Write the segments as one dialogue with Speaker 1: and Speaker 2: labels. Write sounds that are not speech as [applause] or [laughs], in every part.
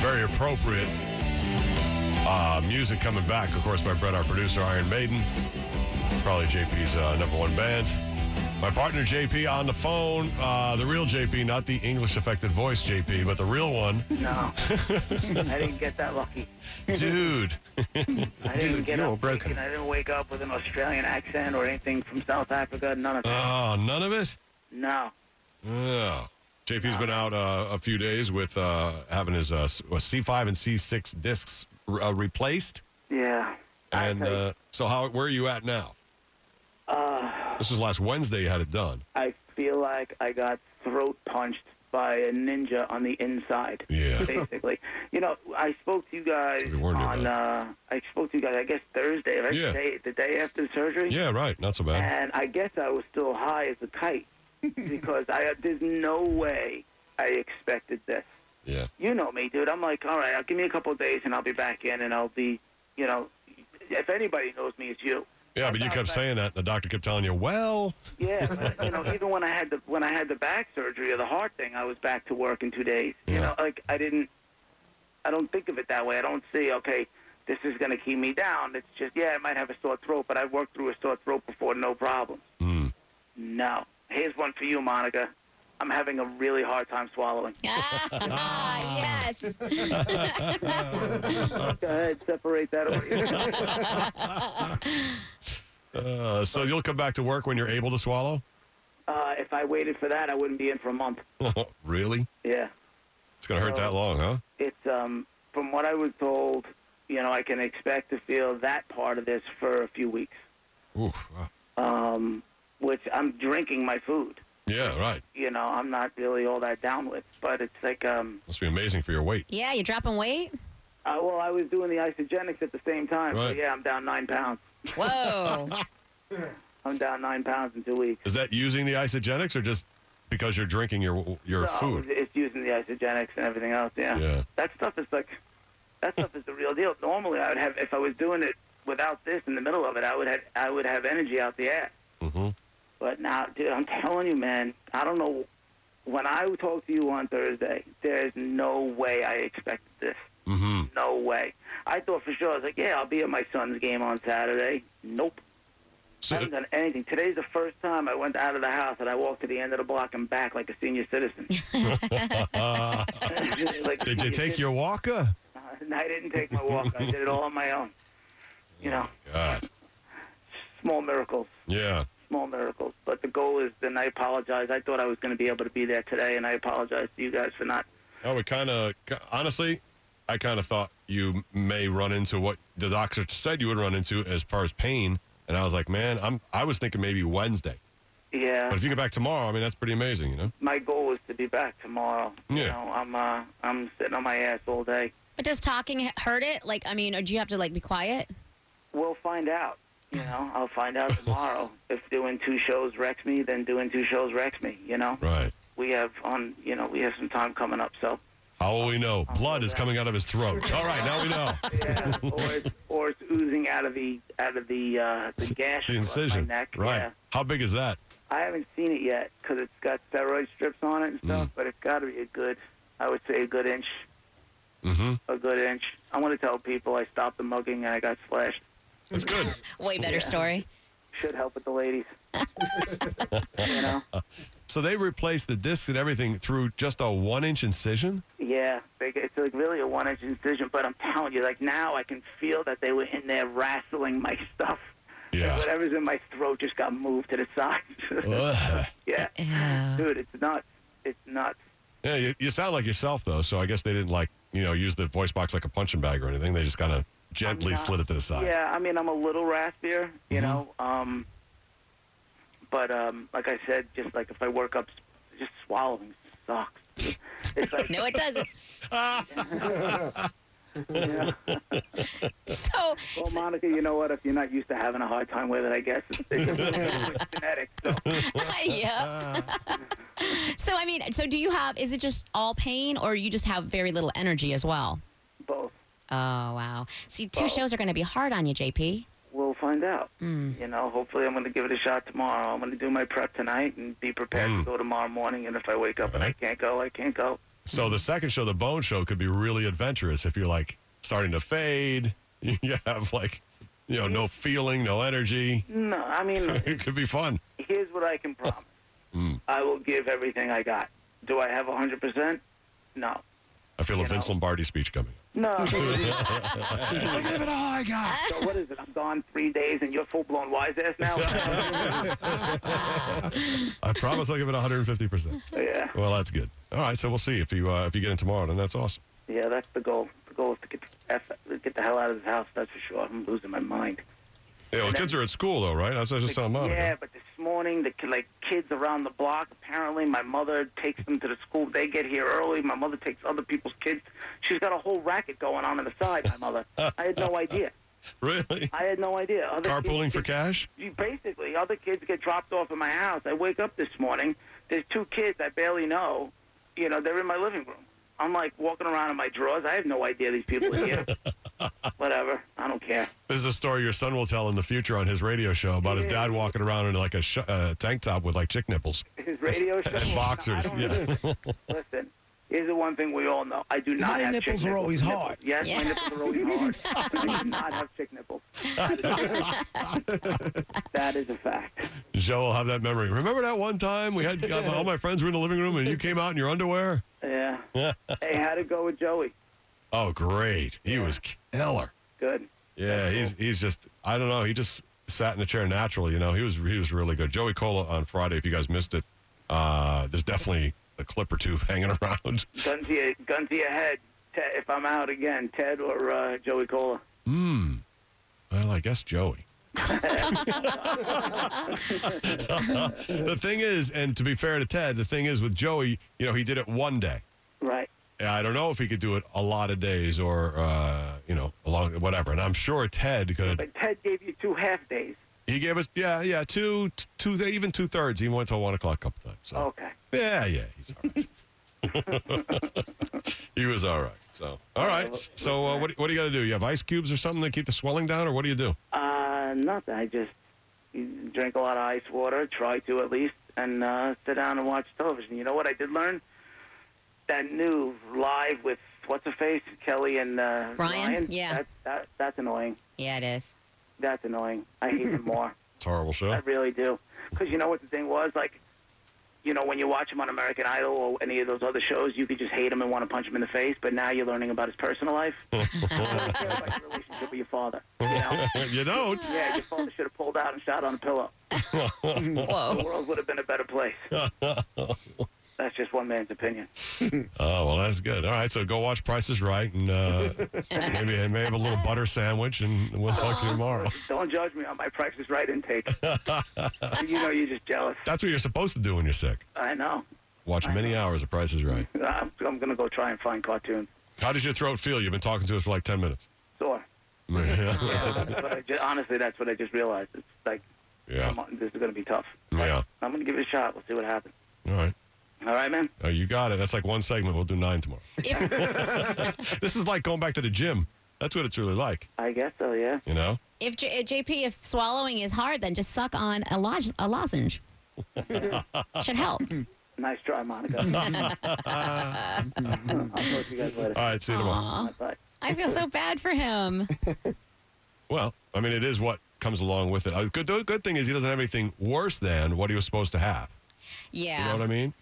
Speaker 1: Very appropriate uh, music coming back, of course, by Brett, our producer, Iron Maiden. Probably JP's uh, number one band. My partner JP on the phone, uh, the real JP, not the English affected voice JP, but the real
Speaker 2: [laughs]
Speaker 1: one. [laughs]
Speaker 2: No, I didn't get that lucky.
Speaker 1: Dude.
Speaker 2: I didn't
Speaker 1: Dude,
Speaker 2: get
Speaker 1: you were
Speaker 2: up
Speaker 1: broken.
Speaker 2: thinking- I didn't wake up with an Australian accent or anything from South Africa. None of that.
Speaker 1: Oh, none of it?
Speaker 2: no.
Speaker 1: Oh. JP's been out uh, a few days with uh, having his uh, C5 and C6 discs uh, replaced.
Speaker 2: Yeah. I
Speaker 1: And
Speaker 2: tell you-
Speaker 1: uh, so, how where are you at now?
Speaker 2: Uh,
Speaker 1: This was last Wednesday you had it done.
Speaker 2: I feel like I got throat punched by a ninja on the inside.
Speaker 1: Yeah. [laughs]
Speaker 2: Basically, you know, I spoke to you guys
Speaker 1: We warned you
Speaker 2: on. Uh, I spoke to you guys. I guess Thursday, right?
Speaker 1: Yeah.
Speaker 2: The, day, the day after the surgery.
Speaker 1: Yeah, right. Not so bad.
Speaker 2: And I guess I was still high as
Speaker 1: [laughs]
Speaker 2: a kite because I there's no way I expected this.
Speaker 1: Yeah.
Speaker 2: You know me, dude. I'm like, all right, I'll give me a couple of days and I'll be back in and I'll be, you know, if anybody knows me, it's you.
Speaker 1: Yeah, but you kept saying that. and The doctor kept telling you, well,
Speaker 2: Yeah,
Speaker 1: [laughs]
Speaker 2: but, you know, even when I had the when I had the back surgery or the heart thing, I was back to work in two days. You
Speaker 1: Yeah.
Speaker 2: know, like I didn't, I don't think of it that way. I don't see, okay, this is going to keep me down. It's just, yeah, I might have a sore throat, but I've worked through a sore throat before, no problem.
Speaker 1: hmm,
Speaker 2: No. Here's one for you, Monica. I'm having a really hard time
Speaker 1: [laughs]
Speaker 2: swallowing.
Speaker 3: [laughs] Ah, yes.
Speaker 2: Go ahead, separate that away.
Speaker 1: Uh, so you'll come back to work when you're able to swallow? [laughs]
Speaker 2: uh, if I waited for that, I wouldn't be in for a month.
Speaker 1: really?
Speaker 2: Yeah.
Speaker 1: It's going to hurt
Speaker 2: No.
Speaker 1: that long, huh?
Speaker 2: It's, um, from what I was told, you know, I can expect to feel that part of this for a few weeks,
Speaker 1: Oof. wow.
Speaker 2: um, which I'm drinking my food.
Speaker 1: Yeah, right.
Speaker 2: You know, I'm not really all that down with, but it's like, um,
Speaker 1: Must be amazing for your weight.
Speaker 3: yeah, you dropping weight?
Speaker 2: uh, well, I was doing the isogenics at the same time. So
Speaker 1: Right.
Speaker 2: yeah, I'm down nine pounds.
Speaker 3: Whoa.
Speaker 2: I'm down nine pounds in two weeks.
Speaker 1: Is that using the isogenics or just because you're drinking your your
Speaker 2: No,
Speaker 1: food?
Speaker 2: It's using the isogenics and everything else. Yeah.
Speaker 1: Yeah.
Speaker 2: That stuff is like, that stuff is the real deal. Normally, I would have if I was doing it without this in the middle of it, I would have I would have energy out the ass.
Speaker 1: Mm-hmm.
Speaker 2: But now, dude, I'm [laughs] telling you, man, I don't know. When I talked to you on Thursday, there's no way I expected this.
Speaker 1: Mm-hmm.
Speaker 2: No way. I thought for sure. I was like, yeah, I'll be at my son's game on Saturday. Nope. I
Speaker 1: So,
Speaker 2: haven't done anything. Today's the first time I went out of the house and I walked to the end of the block and back like a senior
Speaker 1: [laughs]
Speaker 2: citizen. [laughs]
Speaker 1: uh,
Speaker 2: Like
Speaker 1: [laughs]
Speaker 2: a
Speaker 1: did
Speaker 2: [laughs]
Speaker 1: you
Speaker 2: senior
Speaker 1: take your walker?
Speaker 2: [laughs] And I didn't take my walk. I did it all on my own. You know,
Speaker 1: God.
Speaker 2: small miracles,
Speaker 1: Yeah.
Speaker 2: small miracles. But the goal is, and I apologize. I thought I was going to be able to be there today, and I apologize to you guys for not.
Speaker 1: Oh, it kind of, honestly, I kind of thought you may run into what the doctor said you would run into as far as pain. And I was like, man, I'm, I was thinking maybe Wednesday.
Speaker 2: Yeah,
Speaker 1: But if you get back tomorrow, I mean, that's pretty amazing, you know?
Speaker 2: my goal is to be back tomorrow. You
Speaker 1: Yeah.
Speaker 2: know, I'm uh, I'm sitting on my ass all day.
Speaker 3: but does talking hurt it? Like, I mean, or do you have to like be quiet?
Speaker 2: We'll find out. You know, I'll find out
Speaker 1: [laughs]
Speaker 2: tomorrow. if doing two shows wrecks me, then doing two shows wrecks me. You know,
Speaker 1: Right.
Speaker 2: we have on. You know, we have some time coming up, so.
Speaker 1: How will we know? Blood is
Speaker 2: that.
Speaker 1: coming out of his throat.
Speaker 2: [laughs]
Speaker 1: All right, now we know.
Speaker 2: Yeah, or it's, or it's oozing out of the out of the uh, the gash
Speaker 1: The
Speaker 2: across
Speaker 1: incision.
Speaker 2: my neck.
Speaker 1: Right.
Speaker 2: Yeah.
Speaker 1: How big is that?
Speaker 2: I haven't seen it yet because it's got steroid strips on it and
Speaker 1: Mm.
Speaker 2: stuff, but it's got to be a good, I would say a good inch,
Speaker 1: Mm-hmm.
Speaker 2: a good inch. I want to tell people I stopped the mugging and I got slashed.
Speaker 1: That's
Speaker 2: [laughs]
Speaker 1: good.
Speaker 3: Way better story.
Speaker 2: Should help with the ladies. you know?
Speaker 1: So they replaced the disc and everything through just a one inch incision?
Speaker 2: Yeah, they, it's like really a one-inch incision, but I'm telling you, like now I can feel that they were in there wrestling my [laughs] stuff. Like,
Speaker 1: Yeah.
Speaker 2: whatever's in my throat just got moved to the [laughs] side.
Speaker 1: Ugh.
Speaker 2: yeah.
Speaker 3: Ew.
Speaker 2: Dude, it's nuts. It's nuts.
Speaker 1: Yeah, you, you sound like yourself, though, so I guess they didn't, like, you know, use the voice box like a punching bag or anything. They just kind of gently
Speaker 2: not-
Speaker 1: slid it to the side.
Speaker 2: Yeah, I mean, I'm a little raspier, you know. Um, but um, like I said, just like if I work up, just swallowing sucks. It's like,
Speaker 3: No, it doesn't.
Speaker 2: yeah.
Speaker 3: [laughs] So, [laughs]
Speaker 2: Well, Monica, you know what? If you're not used to having a hard time with it, I guess it's, it's genetic. So
Speaker 3: yeah. [laughs] so I mean, so do you have? Is it just all pain, or you just have very little energy as well?
Speaker 2: both.
Speaker 3: Oh wow. See, two
Speaker 2: Well-
Speaker 3: shows are going to be hard on you, JP.
Speaker 2: We'll find out. You know, hopefully I'm going to give it a shot tomorrow. I'm going to do my prep tonight and be prepared
Speaker 1: Mm.
Speaker 2: to go tomorrow morning. And if I wake up and I can't go, I can't go.
Speaker 1: So the second show, the Bone Show, could be really adventurous if you're like starting to fade. [laughs] You have like, you know, no feeling, no energy. [laughs]
Speaker 2: No, I mean,
Speaker 1: It could be fun.
Speaker 2: here's what I can promise.
Speaker 1: Mm.
Speaker 2: I will give everything I got. Do I have 100%? No.
Speaker 1: I feel
Speaker 2: You
Speaker 1: a Vince
Speaker 2: know.
Speaker 1: Lombardi speech coming.
Speaker 2: No. [laughs]
Speaker 1: I give it all Oh, I got.
Speaker 2: so what is it? I'm gone three days and you're full-blown wise ass
Speaker 1: [laughs]
Speaker 2: now?
Speaker 1: I promise I'll give it 150. percent
Speaker 2: yeah.
Speaker 1: Well, that's good. All right, so we'll see if you uh, if you get in tomorrow, then that's awesome.
Speaker 2: Yeah, that's the goal. The goal is to get the, F, get the hell out of this house, that's for sure. I'm losing my mind.
Speaker 1: Yeah, well,
Speaker 2: And
Speaker 1: kids
Speaker 2: then-
Speaker 1: are at school though, right? That's that's just telling mom.
Speaker 2: yeah, but this morning, the ki- like kids around the block. Apparently, my mother takes them to the school. They get here early. My mother takes other people's kids. She's got a whole racket going on on the side. My
Speaker 1: [laughs]
Speaker 2: mother. I had no idea. [laughs]
Speaker 1: Really?
Speaker 2: I had no idea. Other kids
Speaker 1: Carpooling for
Speaker 2: get-
Speaker 1: cash?
Speaker 2: you- Basically, other kids get dropped off at my house. I wake up this morning. There's two kids I barely know. You know, they're in my living room. I'm like walking around in my drawers. I have no idea these people are
Speaker 4: [laughs]
Speaker 2: here. Whatever. I don't care.
Speaker 1: This is a story your son will tell in the future on his radio show about his dad walking around in like a sh- uh, tank top with like chick nipples.
Speaker 2: His
Speaker 1: [laughs]
Speaker 2: radio show.
Speaker 1: And boxers,
Speaker 2: I
Speaker 4: [laughs]
Speaker 2: don't- Listen, here's the one thing we all know. I do not
Speaker 4: My
Speaker 2: have
Speaker 4: nipples
Speaker 2: chick
Speaker 4: are always
Speaker 2: Nipples-
Speaker 4: hard.
Speaker 2: Yes,
Speaker 3: Yeah.
Speaker 2: my nipples are always hard.
Speaker 4: [laughs]
Speaker 2: But I do not have chick nipples. that is a fact.
Speaker 1: Joe will have that memory. Remember that one time we had uh,
Speaker 2: [laughs]
Speaker 1: all my friends were in the living room and you came out in your underwear?
Speaker 4: [laughs]
Speaker 2: Yeah. hey, how'd it go with Joey?
Speaker 1: Oh, great! He was killer.
Speaker 2: Good.
Speaker 1: Yeah, he's he's just I don't know. He just sat in a chair naturally. You know, he was he was really good. Joey Cola on Friday. If you guys missed it, uh, there's definitely a clip or two [laughs] hanging around.
Speaker 2: Gun to your, gun to your head. Ted, if I'm out again, Ted or uh, Joey Cola.
Speaker 1: Well, I guess Joey. the thing is, and to be fair to Ted, the thing is with Joey, you know, he did it one day.
Speaker 2: Right.
Speaker 1: And I don't know if he could do it a lot of days or, uh, you know, along whatever. And I'm sure Ted could.
Speaker 2: But Ted gave you two half days.
Speaker 1: He gave us, yeah, yeah, two, two, even two thirds. He went till one o'clock a couple times. So.
Speaker 2: Okay.
Speaker 1: Yeah, yeah, he's all right. [laughs] he was all right. So, all right. So, uh, what, what do you got to do? You have ice cubes or something to keep the swelling down, or what do you do?
Speaker 2: Uh, nothing. I just drink a lot of ice water, try to at least, and uh, sit down and watch television. You know what I did learn? That new live with what's her face, Kelly and uh,
Speaker 3: Ryan?
Speaker 2: Ryan.
Speaker 3: Yeah.
Speaker 2: That, that, that's annoying.
Speaker 3: Yeah, it is.
Speaker 2: That's annoying. I hate
Speaker 3: [laughs]
Speaker 2: it more.
Speaker 1: It's a horrible
Speaker 2: I
Speaker 1: show.
Speaker 2: really do. Because you know what the thing was like. You know, when you watch him on American Idol or any of those other shows, you could just hate him and want to punch him in the face. But now you're learning about his personal life. you don't care about your relationship with your father. You know?
Speaker 1: you don't.
Speaker 2: Yeah, your father should have pulled out and shot on a pillow.
Speaker 3: Whoa.
Speaker 2: The world would have been a better place. That's just one man's opinion.
Speaker 1: Oh well, that's good. All right, so go watch Price is Right, and
Speaker 2: [laughs]
Speaker 1: uh, maybe I may have a little butter sandwich, and we'll talk to you tomorrow.
Speaker 2: Don't judge me on my Price is Right intake. you know, you're just jealous.
Speaker 1: That's what you're supposed to do when you're sick.
Speaker 2: I know.
Speaker 1: Watch many hours of Price is Right.
Speaker 2: I'm, I'm going to go try and find cartoons.
Speaker 1: How does your throat feel? You've been talking to us for like ten
Speaker 2: [laughs]
Speaker 1: minutes.
Speaker 2: Sore.
Speaker 1: yeah,
Speaker 2: but I ju- honestly, that's what I just realized. It's like,
Speaker 1: [laughs] yeah.
Speaker 2: come on, this is going to be tough.
Speaker 1: All
Speaker 2: I'm going to give it a shot. We'll see what happens.
Speaker 1: right.
Speaker 2: All right, man?
Speaker 1: Oh, you got it. That's like one segment. We'll do nine
Speaker 2: [laughs]
Speaker 1: tomorrow.
Speaker 3: [laughs] If,
Speaker 1: This is like going back to the gym. That's what it's really like,
Speaker 2: I guess so, yeah.
Speaker 1: you know?
Speaker 3: if J- if JP, if swallowing is hard, then just suck on a, lo- a [laughs] lozenge. Should help.
Speaker 2: Nice try, Monica. [laughs] I'll talk to you guys later.
Speaker 1: All right, see you tomorrow.
Speaker 3: Aw,
Speaker 2: Bye.
Speaker 3: I feel so bad for him.
Speaker 1: Well, I mean, it is what comes along with it. Uh, Good, the good thing is he doesn't have anything worse than what he was supposed to have.
Speaker 3: Yeah.
Speaker 1: [laughs] You know what I mean?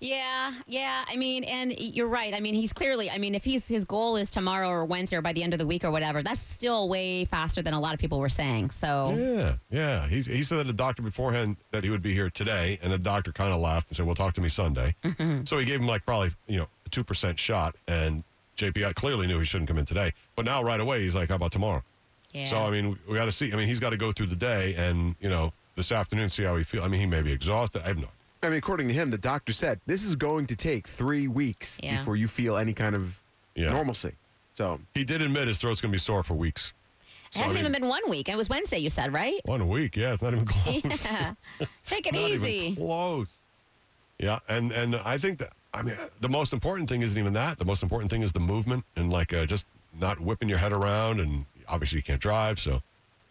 Speaker 3: Yeah, yeah. I mean, and you're right. I mean, he's clearly. I mean, if he's his goal is tomorrow or Wednesday or by the end of the week or whatever, that's still way faster than a lot of people were saying. So
Speaker 1: Yeah, yeah. He's, he said to the doctor beforehand that he would be here today, and the doctor kind of laughed and said, "Well, talk to me Sunday."
Speaker 3: Mm-hmm.
Speaker 1: So he gave him like probably you know a two percent shot, and JP clearly knew he shouldn't come in today. But now right away he's like, "How about tomorrow?"
Speaker 3: yeah,
Speaker 1: So I mean, we- we got to see. I mean, he's got to go through the day, and you know, this afternoon see how he feels. I mean, he may be exhausted. I have no. idea.
Speaker 4: I mean, according to him, the doctor said this is going to take three weeks
Speaker 3: Yeah.
Speaker 4: before you feel any kind of
Speaker 1: Yeah.
Speaker 4: normalcy. So
Speaker 1: He did admit his throat's going to be sore for weeks.
Speaker 3: It hasn't
Speaker 1: Sorry.
Speaker 3: even been one week. It was Wednesday, you said, right?
Speaker 1: One week, yeah, it's not even [laughs] close.
Speaker 3: Yeah. Take it
Speaker 1: Not even
Speaker 3: easy.
Speaker 1: close. Yeah, and and I think that I mean the most important thing isn't even that. The most important thing is the movement and like uh, just not whipping your head around. And obviously you can't drive, so.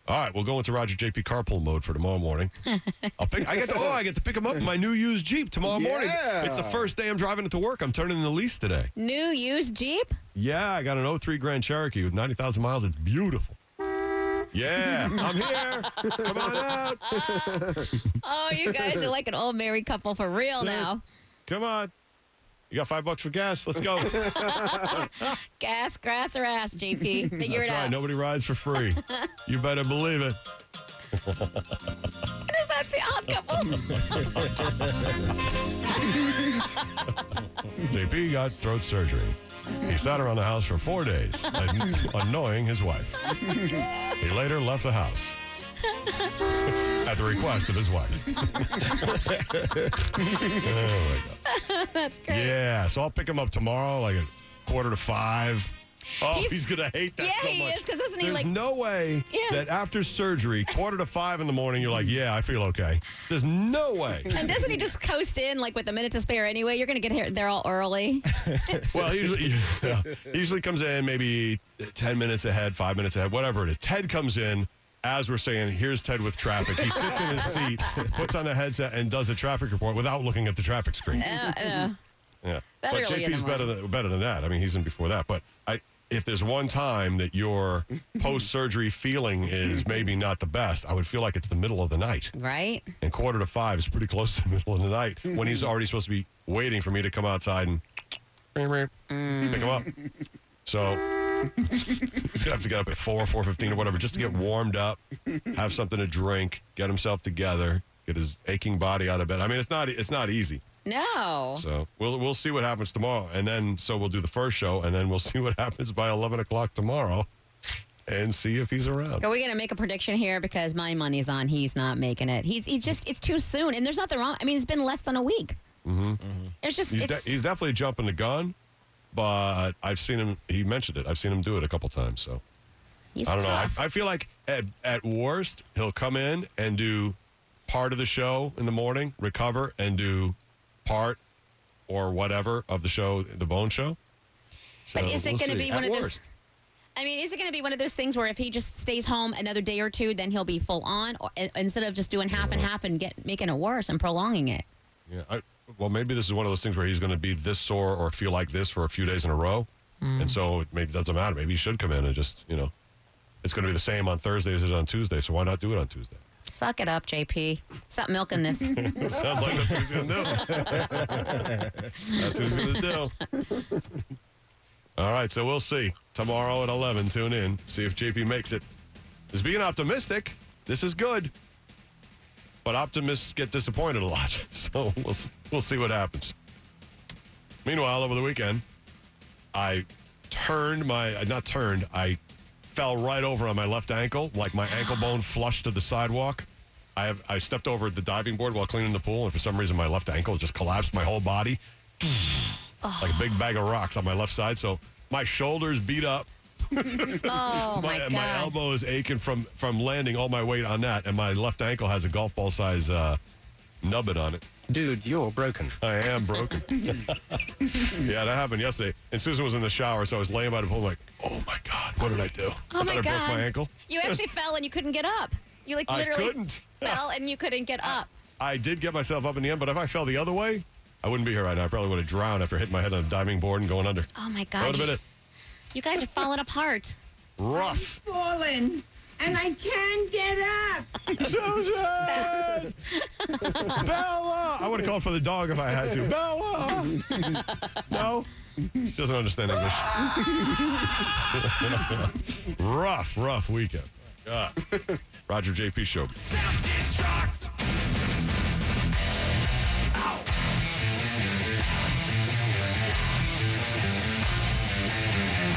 Speaker 1: All right, we'll go into Roger JP carpool mode for tomorrow morning. I'll pick. I get to. Oh, I get to pick him up in my new used Jeep tomorrow morning.
Speaker 4: Yeah.
Speaker 1: It's the first day I'm driving it to work. I'm turning in the lease today.
Speaker 3: New used Jeep?
Speaker 1: Yeah, I got an 03 Grand Cherokee with 90,000 miles. It's beautiful. Yeah, I'm here. Come on out.
Speaker 3: Oh, you
Speaker 1: [laughs]
Speaker 3: guys are like an old married couple for real now.
Speaker 1: Come on. You got five bucks for gas. Let's
Speaker 3: [laughs]
Speaker 1: go. That's
Speaker 3: Gas, grass, or
Speaker 1: [laughs]
Speaker 3: ass, JP. Figure it
Speaker 1: right.
Speaker 3: out.
Speaker 1: Nobody rides for
Speaker 3: [laughs]
Speaker 1: free. You better believe it.
Speaker 3: What [laughs] is that the odd
Speaker 1: [laughs]
Speaker 3: couple? [laughs]
Speaker 1: JP got throat surgery. He sat around the house for four days,
Speaker 3: [laughs]
Speaker 1: an- annoying his wife. He later left the
Speaker 3: [laughs]
Speaker 1: house at the request of his wife. [laughs] Oh, my God.
Speaker 3: That's great.
Speaker 1: Yeah, so I'll pick him up tomorrow, like a quarter to five. Oh, he's,
Speaker 3: He's-
Speaker 1: gonna hate that
Speaker 3: Yeah,
Speaker 1: so much.
Speaker 3: he is, 'cause isn't he,
Speaker 1: There's
Speaker 3: like-
Speaker 1: no way
Speaker 3: Yeah.
Speaker 1: that after surgery, quarter to five in the morning, you're like, yeah, I feel okay. There's no
Speaker 3: [laughs]
Speaker 1: way.
Speaker 3: And doesn't he just coast in like with a minute to spare anyway? You're going to get here, there all early.
Speaker 1: well, he usually, [laughs] yeah, he usually comes in maybe ten minutes ahead, five minutes ahead, whatever it is. Ted comes in. As we're saying, here's Ted with traffic. He sits in his seat, puts on a headset, and does a traffic report without looking at the traffic screen.
Speaker 3: Uh, uh,
Speaker 1: Yeah.
Speaker 3: That
Speaker 1: but
Speaker 3: early in the
Speaker 1: JP's better than, better than that. I mean, he's in before that. But I, if there's one time that [laughs] your post surgery feeling is maybe not the best, I would feel like it's the middle of the night.
Speaker 3: right?
Speaker 1: And quarter to five is pretty close to the middle of the night when he's already supposed to be waiting for me to come outside and pick him up. So [laughs] he's gonna have to get up at four, four fifteen, or whatever, just to get warmed up, have something to drink, get himself together, get his aching body out of bed. I mean, it's not it's not easy.
Speaker 3: No.
Speaker 1: So we'll we'll see what happens tomorrow, and then so we'll do the first show, and then we'll [laughs] see what happens by eleven o'clock tomorrow, and see if he's around.
Speaker 3: Are we going to make a prediction here? Because my money's on he's not making it. He's he just it's too soon, and there's nothing wrong. I mean, it's been less than a week. Mm-hmm. It's just
Speaker 1: He's, de-
Speaker 3: it's
Speaker 1: he's definitely jumping the gun, but I've seen him. He mentioned it. I've seen him do it a couple times. So
Speaker 3: he's
Speaker 1: I don't know. I,
Speaker 3: tough.
Speaker 1: I feel like at at worst he'll come in and do part of the show in the morning, recover, and do part or whatever of the show, the Bone Show. So
Speaker 3: But is it
Speaker 1: we'll
Speaker 3: going to
Speaker 1: see.
Speaker 3: be
Speaker 1: At
Speaker 3: one of those?
Speaker 1: worst.
Speaker 3: I mean, is it going to be one of those things where if he just stays home another day or two, then he'll be full on, or, i- instead of just doing half
Speaker 1: Mm-hmm.
Speaker 3: and half and get making it worse and prolonging it?
Speaker 1: Yeah. I, well, maybe this is one of those things where he's going to be this sore or feel like this for a few days in a row, and so it maybe doesn't matter. Maybe he should come in and just you know, it's going to be the same on Thursday as it is on Tuesday. So why not do it on Tuesday?
Speaker 3: Suck it up, JP. Stop
Speaker 1: [laughs]
Speaker 3: milking this. Oh,
Speaker 1: Sounds like that's what he's going to do. that's what he's going to do. All right. So we'll see tomorrow at eleven. Tune in. See if JP makes it. Is being optimistic. This is good. But optimists get disappointed a lot, [laughs] so we'll we'll see what happens. Meanwhile, over the weekend, I turned my not turned, I fell right over on my left ankle, like my ankle bone flushed to the sidewalk. I have I stepped over the diving board while cleaning the pool, and for some reason my left ankle just collapsed my whole body. Like a big bag of rocks on my left side. So my shoulders beat up.
Speaker 3: Oh my,
Speaker 1: My,
Speaker 3: god.
Speaker 1: my elbow is aching from from landing all my weight on that, and my left ankle has a golf ball size uh, nubbin on it.
Speaker 5: Dude, you're broken.
Speaker 1: I am
Speaker 5: [laughs]
Speaker 1: broken. yeah, that happened yesterday. And Susan was in the shower, so I was laying by the pool, like, oh my God, what did I do? I
Speaker 3: Oh
Speaker 1: thought
Speaker 3: my
Speaker 1: I
Speaker 3: god.
Speaker 1: broke my ankle.
Speaker 3: You
Speaker 1: [laughs]
Speaker 3: actually fell and you couldn't get up. You like
Speaker 1: I
Speaker 3: literally
Speaker 1: couldn't. Ah.
Speaker 3: fell and you couldn't get up.
Speaker 1: I did get myself up in the end, but if I fell the other way, I wouldn't be here right now. I probably would have drowned after hitting my head on the diving board and going under.
Speaker 3: Oh my
Speaker 1: that
Speaker 3: god.
Speaker 1: would have
Speaker 3: You,
Speaker 1: been it.
Speaker 3: you guys are falling apart.
Speaker 1: Rough.
Speaker 6: fallen and I can't get up.
Speaker 1: Susan! Bella! I would have called for the dog if I had to. Bella! no. She doesn't understand English. [laughs] rough, rough weekend. God. Roger JP Show.
Speaker 7: Self-destruct.